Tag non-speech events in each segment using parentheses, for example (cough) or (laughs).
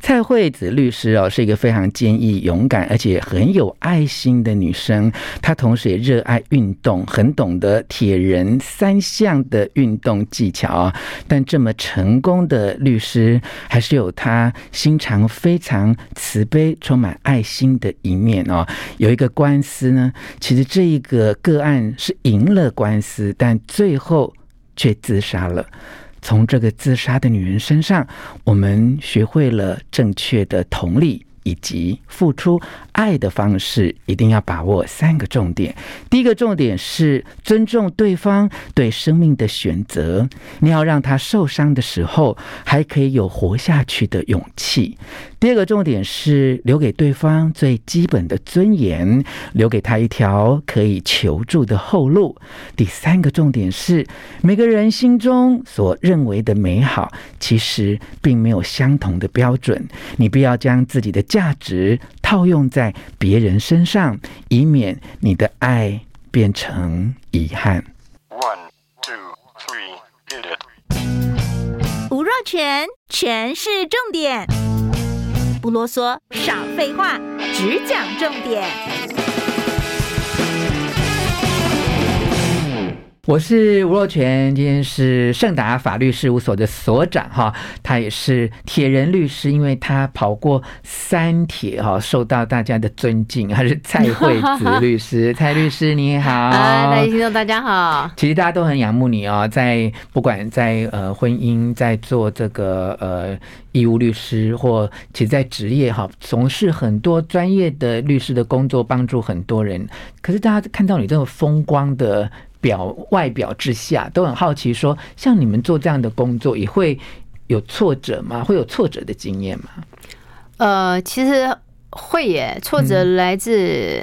蔡惠子律师哦，是一个非常坚毅、勇敢，而且很有爱心的女生。她同时也热爱运动，很懂得铁人三项的运动技巧啊。但这么成功的律师，还是有她心肠非常慈悲、充满爱心的一面哦。有一个官司呢，其实这一个个案是赢了官司，但最后却自杀了。从这个自杀的女人身上，我们学会了正确的同理以及付出爱的方式，一定要把握三个重点。第一个重点是尊重对方对生命的选择，你要让他受伤的时候还可以有活下去的勇气。第二个重点是留给对方最基本的尊严，留给他一条可以求助的后路。第三个重点是，每个人心中所认为的美好，其实并没有相同的标准。你不要将自己的价值套用在别人身上，以免你的爱变成遗憾。 One, two, three, hit it. 吴若全，全是重点，不啰嗦，少废话，只讲重点。我是吴若全，今天是盛达法律事务所的所长哈，他也是铁人律师，因为他跑过三铁哈，受到大家的尊敬。他是蔡惠子律 (laughs) 师，蔡律师你好。啊，大家听众大家好，其实大家都很仰慕你哦，在不管在呃婚姻，在做这个呃义务律师，或其实在职业哈，从事很多专业的律师的工作，帮助很多人。可是大家看到你这种风光的表外表之下，都很好奇说，像你们做这样的工作，也会有挫折吗？会有挫折的经验吗？呃，其实会耶，挫折来自、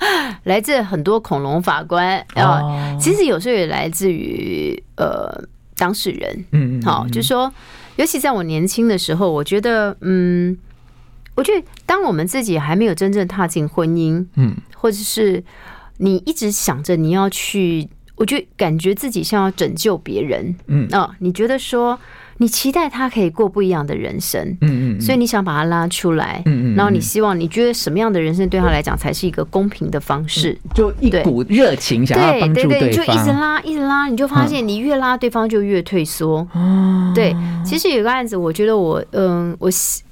(laughs) 来自很多恐龙法官啊、哦其实有时候也来自于呃当事人，嗯好，就是说，尤其在我年轻的时候，我觉得，嗯，我觉得当我们自己还没有真正踏进婚姻，嗯，或者是你一直想着你要去，我就感觉自己像要拯救别人，嗯哦，你觉得说你期待他可以过不一样的人生，嗯嗯，所以你想把他拉出来，嗯嗯嗯然后你希望你觉得什么样的人生对他来讲才是一个公平的方式，就一股热情想要帮对助对，你就一直方。嗯拉，一直拉，你就发现你越拉，对方就越退缩。哦，对，其实有个案子，我觉得我，嗯，我是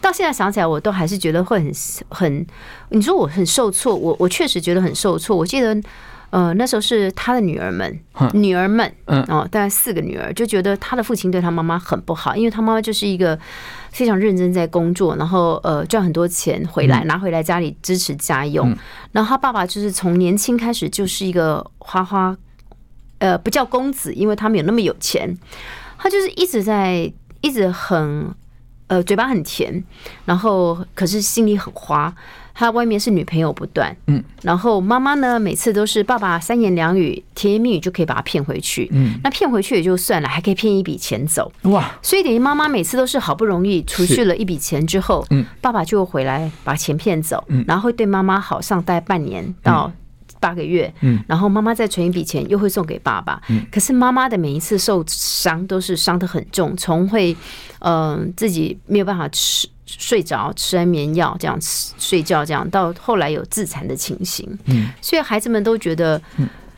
到现在想起来，我都还是觉得会很很，你说我很受挫，我我确实觉得很受挫。我记得，呃，那时候是他的女儿们哼，女儿们，嗯哦，大概四个女儿，就觉得他的父亲对他妈妈很不好，因为他妈妈就是一个非常认真在工作，然后呃赚很多钱回嗯来，拿回来家里支持家用。然后他爸爸就是从年轻开始就是一个花花，呃，不叫公子，因为他没有那么有钱，他就是一直在一直很。呃，嘴巴很甜，然后可是心里很花。他外面是女朋友不断，嗯，然后妈妈呢，每次都是爸爸三言两语、甜言蜜语就可以把他骗回去，嗯，那骗回去也就算了，还可以骗一笔钱走。哇，所以等于妈妈每次都是好不容易储蓄了一笔钱之后，嗯爸爸就回来把钱骗走，嗯然后会对妈妈好上大概半年到八个月，嗯然后妈妈再存一笔钱又会送给爸爸，嗯可是妈妈的每一次受伤都是伤得很重，从会嗯、呃自己没有办法吃。睡着吃安眠药，这样吃睡觉，这样到后来有自残的情形。嗯，所以孩子们都觉得，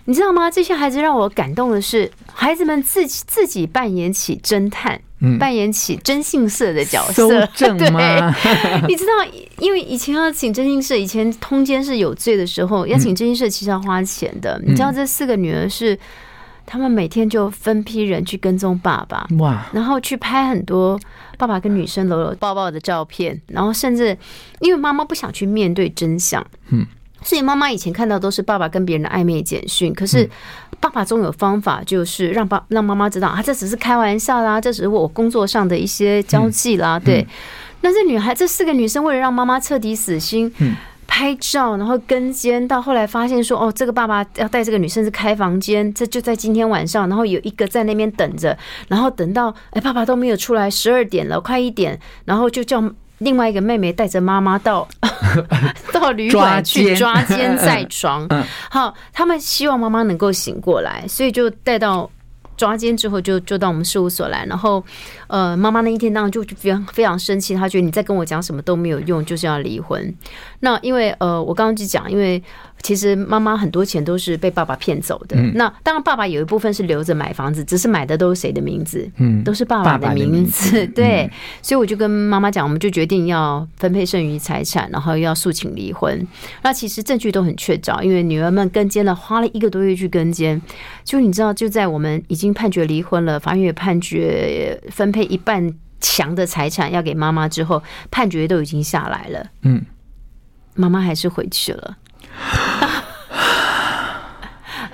你知道吗？这些孩子让我感动的是，孩子们自己自己扮演起侦探，嗯扮演起征信社的角搜色，证吗？ (laughs) 对，你知道，因为以前要请征信社，以前通奸是有罪的时嗯候，要请征信社其实要花钱的。你知道，这四个女儿是他们每天就分批人去跟踪爸爸，哇，然后去拍很多爸爸跟女生搂搂抱抱的照片，然后甚至因为妈妈不想去面对真相，嗯，所以妈妈以前看到都是爸爸跟别人的暧昧简讯，可是爸爸总有方法，就是让爸让妈妈知道啊，这只是开玩笑啦，这只是我工作上的一些交际啦，对。那这女孩，这四个女生为了让妈妈彻底死心，嗯拍照，然后跟监，到后来发现说，哦，这个爸爸要带这个女生是开房间，这就在今天晚上，然后有一个在那边等着，然后等到哎爸爸都没有出来，十二点了，快一点，然后就叫另外一个妹妹带着妈妈到 (laughs) 到旅馆去抓抓奸奸在床嗯，好，他们希望妈妈能够醒过来，所以就带到。抓奸之后就就到我们事务所来，然后呃，妈妈那一天当然就非常非常生气，她觉得你在跟我讲什么都没有用，就是要离婚。那因为呃，我刚刚就讲，因为其实妈妈很多钱都是被爸爸骗走的。那当然，爸爸有一部分是留着买房子，只是买的都是谁的名字？嗯都是爸爸爸爸的的名名嗯字。 (laughs) 对，所以我就跟妈妈讲，我们就决定要分配剩余财产，然后要诉请离婚。那其实证据都很确凿，因为女儿们跟监了，花了一个多月去跟监。就你知道，就在我们已经判决离婚了，法院也判决分配一半强的财产要给妈妈之后，判决都已经下来了。嗯，妈妈还是回去了。 (laughs)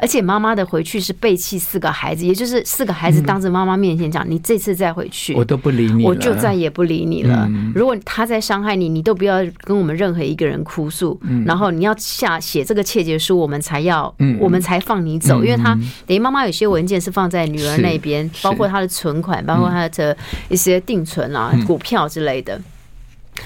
而且妈妈的回去是背弃四个孩子，也就是四个孩子当着妈妈面前讲：“你这次再回去，我都不理你了，嗯我就再也不理你了。如果他再伤害你，你都不要跟我们任何一个人哭诉，然后你要下写这个切结书，我们才要，嗯嗯我们才放你走，因为他等于妈妈有些文件是放在女儿是那边，是包括她的存款，包括她的一些定存啊、嗯股票之类的。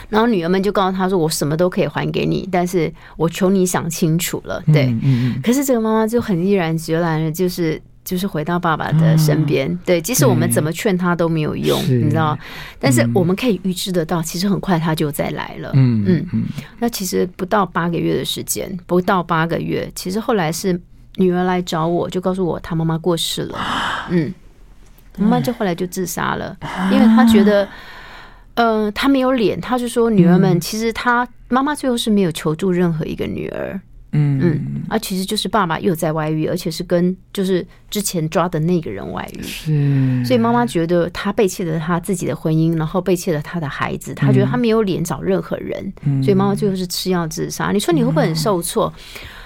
然后女儿们就告诉他说：“我什么都可以还给你，但是我求你想清楚了。”对，嗯嗯嗯可是这个妈妈就很毅然决然的，就是就是回到爸爸的身边。对，即使我们对怎么劝她都没有用，是你知道？但是我们可以预知得到，其实很快她就再来了。嗯嗯嗯，那其实不到八个月的时间，不到八个月，其实后来是女儿来找我，就告诉我她妈妈过世了。嗯，妈妈就后来就自杀了，因为她觉得。呃，她没有脸，她就说女儿们，其实她妈妈最后是没有求助任何一个女儿，嗯嗯，啊，其实就是爸爸又在外遇，而且是跟就是之前抓的那个人外遇，是，所以妈妈觉得她背弃了她自己的婚姻，然后背弃了她的孩子，她觉得她嗯没有脸找任何人，所以妈妈最后是吃药自杀。你说你会嗯不会很受挫？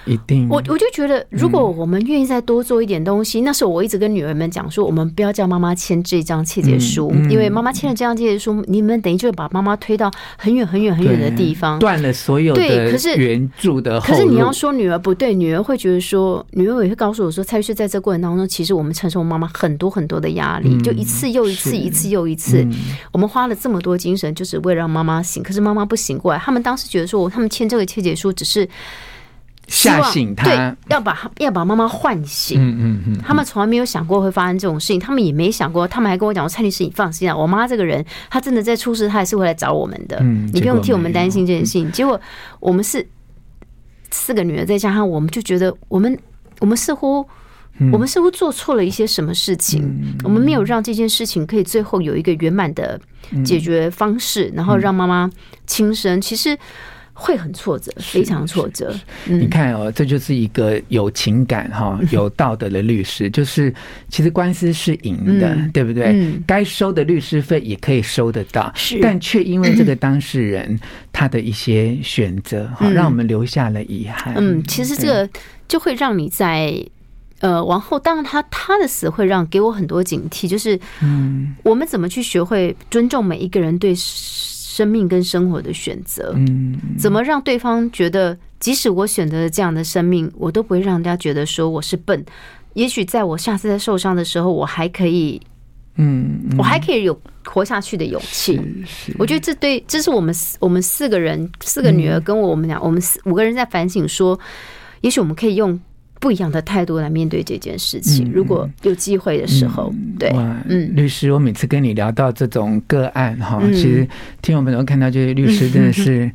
一定我我就觉得，如果嗯我们愿意再多做一点东西，那时候我一直跟女儿们讲说，我们不要叫妈妈签这张切结书，嗯嗯因为妈妈签了这张切结书，你们等于就把妈妈推到很远很远很远的对地方。断了所有对可的是援助的后可路，是你要说女儿不对，女儿会觉得说，女儿也会告诉我说，蔡律师在这过程当中，其实我们承受妈妈很多很多的压力，嗯就一次又一次，是一次又一次，嗯我们花了这么多精神，就是为了让妈妈醒，可是妈妈不醒过来。他们当时觉得说，他们签这个切结书只是希吓望醒对他，，要把她要把妈妈唤醒。嗯嗯嗯，他们从来没有想过会发生这种事情，他们也没想过，他们还跟我讲说：“蔡律师，你放心啊，我妈这个人，她真的在出事，她还是会来找我们的，嗯你不用替我们担心这结果没有件事情。”结果我们是四个女儿再加上我们，就觉得我们我们似乎。嗯我们似乎做错了一些什么事情，我们没有让这件事情可以最后有一个圆满的解决方嗯式，然后让妈妈轻生，其实会很挫折，非常挫折。嗯你看哦，这就是一个有情感 (laughs) 哈、有道德的律师，就是其实官司是赢的，嗯对不对？嗯该收的律师费也可以收得到，是但却因为这个当事人 (clears throat) 他的一些选择，哈、嗯让我们留下了遗憾。嗯，其实这个就会让你在呃往后，当然他他的死会让给我很多警惕，就是嗯我们怎么去学会尊重每一个人对生命跟生活的选择，嗯怎么让对方觉得，即使我选择了这样的生命，我都不会让人家觉得说我是笨。也许在我下次再受伤的时候，我还可以，嗯，我还可以有活下去的勇气。是我觉得这对，这是我们四我们四个人，四个嗯女儿跟我我们俩，我们四五个人在反省说，也许我们可以用不一样的态度来面对这件事情。嗯如果有机会的时候，对，哇，嗯律师，我每次跟你聊到这种个案哈，嗯其实听我们都看到，就是律师真的 (laughs) 是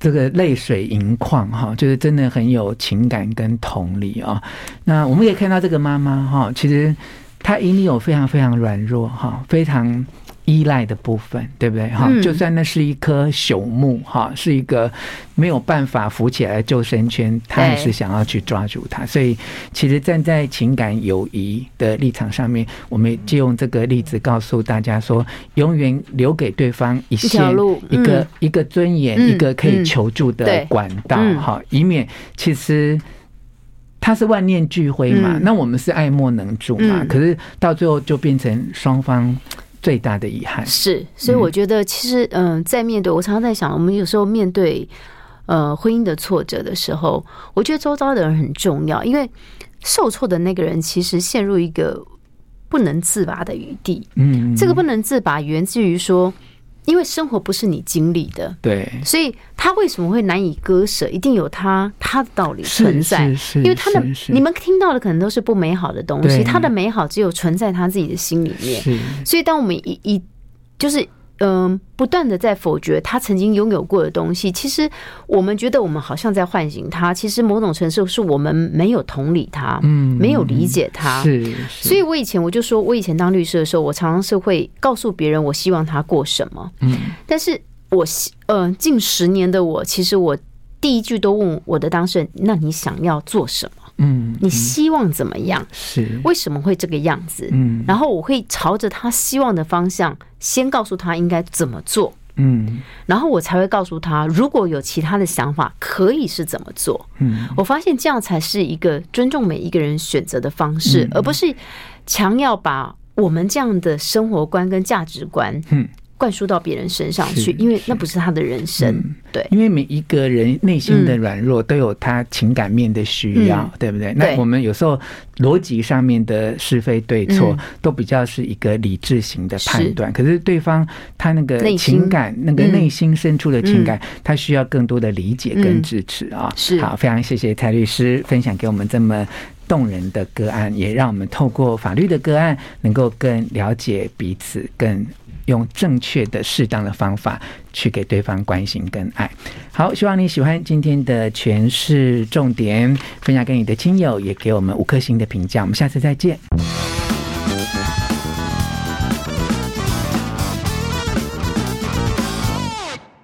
这个泪水盈眶哈，就是真的很有情感跟同理啊。那我们也看到这个妈妈哈，其实她一定有非常非常软弱哈，非常。依赖的部分，对不对？哈、嗯就算那是一棵朽木，哈，是一个没有办法浮起来的救生圈，她也对是想要去抓住它。所以，其实站在情感友谊的立场上面，我们借用这个例子告诉大家说，永远留给对方一线一条路一个、嗯一个尊严、嗯一个可以嗯求助的对管道，嗯哈、以免其实。它是万念俱灰嘛，嗯那我们是爱莫能助嘛，嗯可是到最后就变成双方最大的遗憾。是。所以我觉得，其实，嗯、在面对我常常在想，我们有时候面对呃婚姻的挫折的时候，我觉得周遭的人很重要，因为受挫的那个人其实陷入一个不能自拔的余地。嗯，这个不能自拔，源自于说因为生活不是你经历的，对，所以他为什么会难以割舍，一定有他他的道理存在。是是，因为他的是是你们听到的可能都是不美好的东对西，他的美好只有存在他自己的心里面。是所以，当我们一一就是嗯、不断的在否决他曾经拥有过的东西，其实我们觉得我们好像在唤醒他，其实某种程度是我们没有同理他，嗯没有理解他。是，所以，我以前我就说，我以前当律师的时候，我常常是会告诉别人我希望他过什么，嗯但是我希呃近十年的我，其实我第一句都问我的当事人，那你想要做什么？嗯你希望怎么样？是为什么会这个样子？嗯然后我会朝着他希望的方向，先告诉他应该怎么做，嗯然后我才会告诉他，如果有其他的想法，可以是怎么做。嗯，我发现这样才是一个尊重每一个人选择的方式，而不是强要把我们这样的生活观跟价值观嗯，灌输到别人身上是去，因为那不是他的人生。对，因为每一个人内心的软弱都有他情感面的需要，嗯对不对？那对我们有时候逻辑上面的是非对错、嗯都比较是一个理智型的判断，可是对方他那个内心情感、那个嗯内心深处的情感，他需要更多的理解跟支持啊、是好，非常谢谢蔡律师分享给我们这么。动人的个案，也让我们透过法律的个案，能够更了解彼此，更用正确的、适当的方法去给对方关心跟爱。好，希望你喜欢今天的诠释重点，分享给你的亲友，也给我们五颗星的评价。我们下次再见。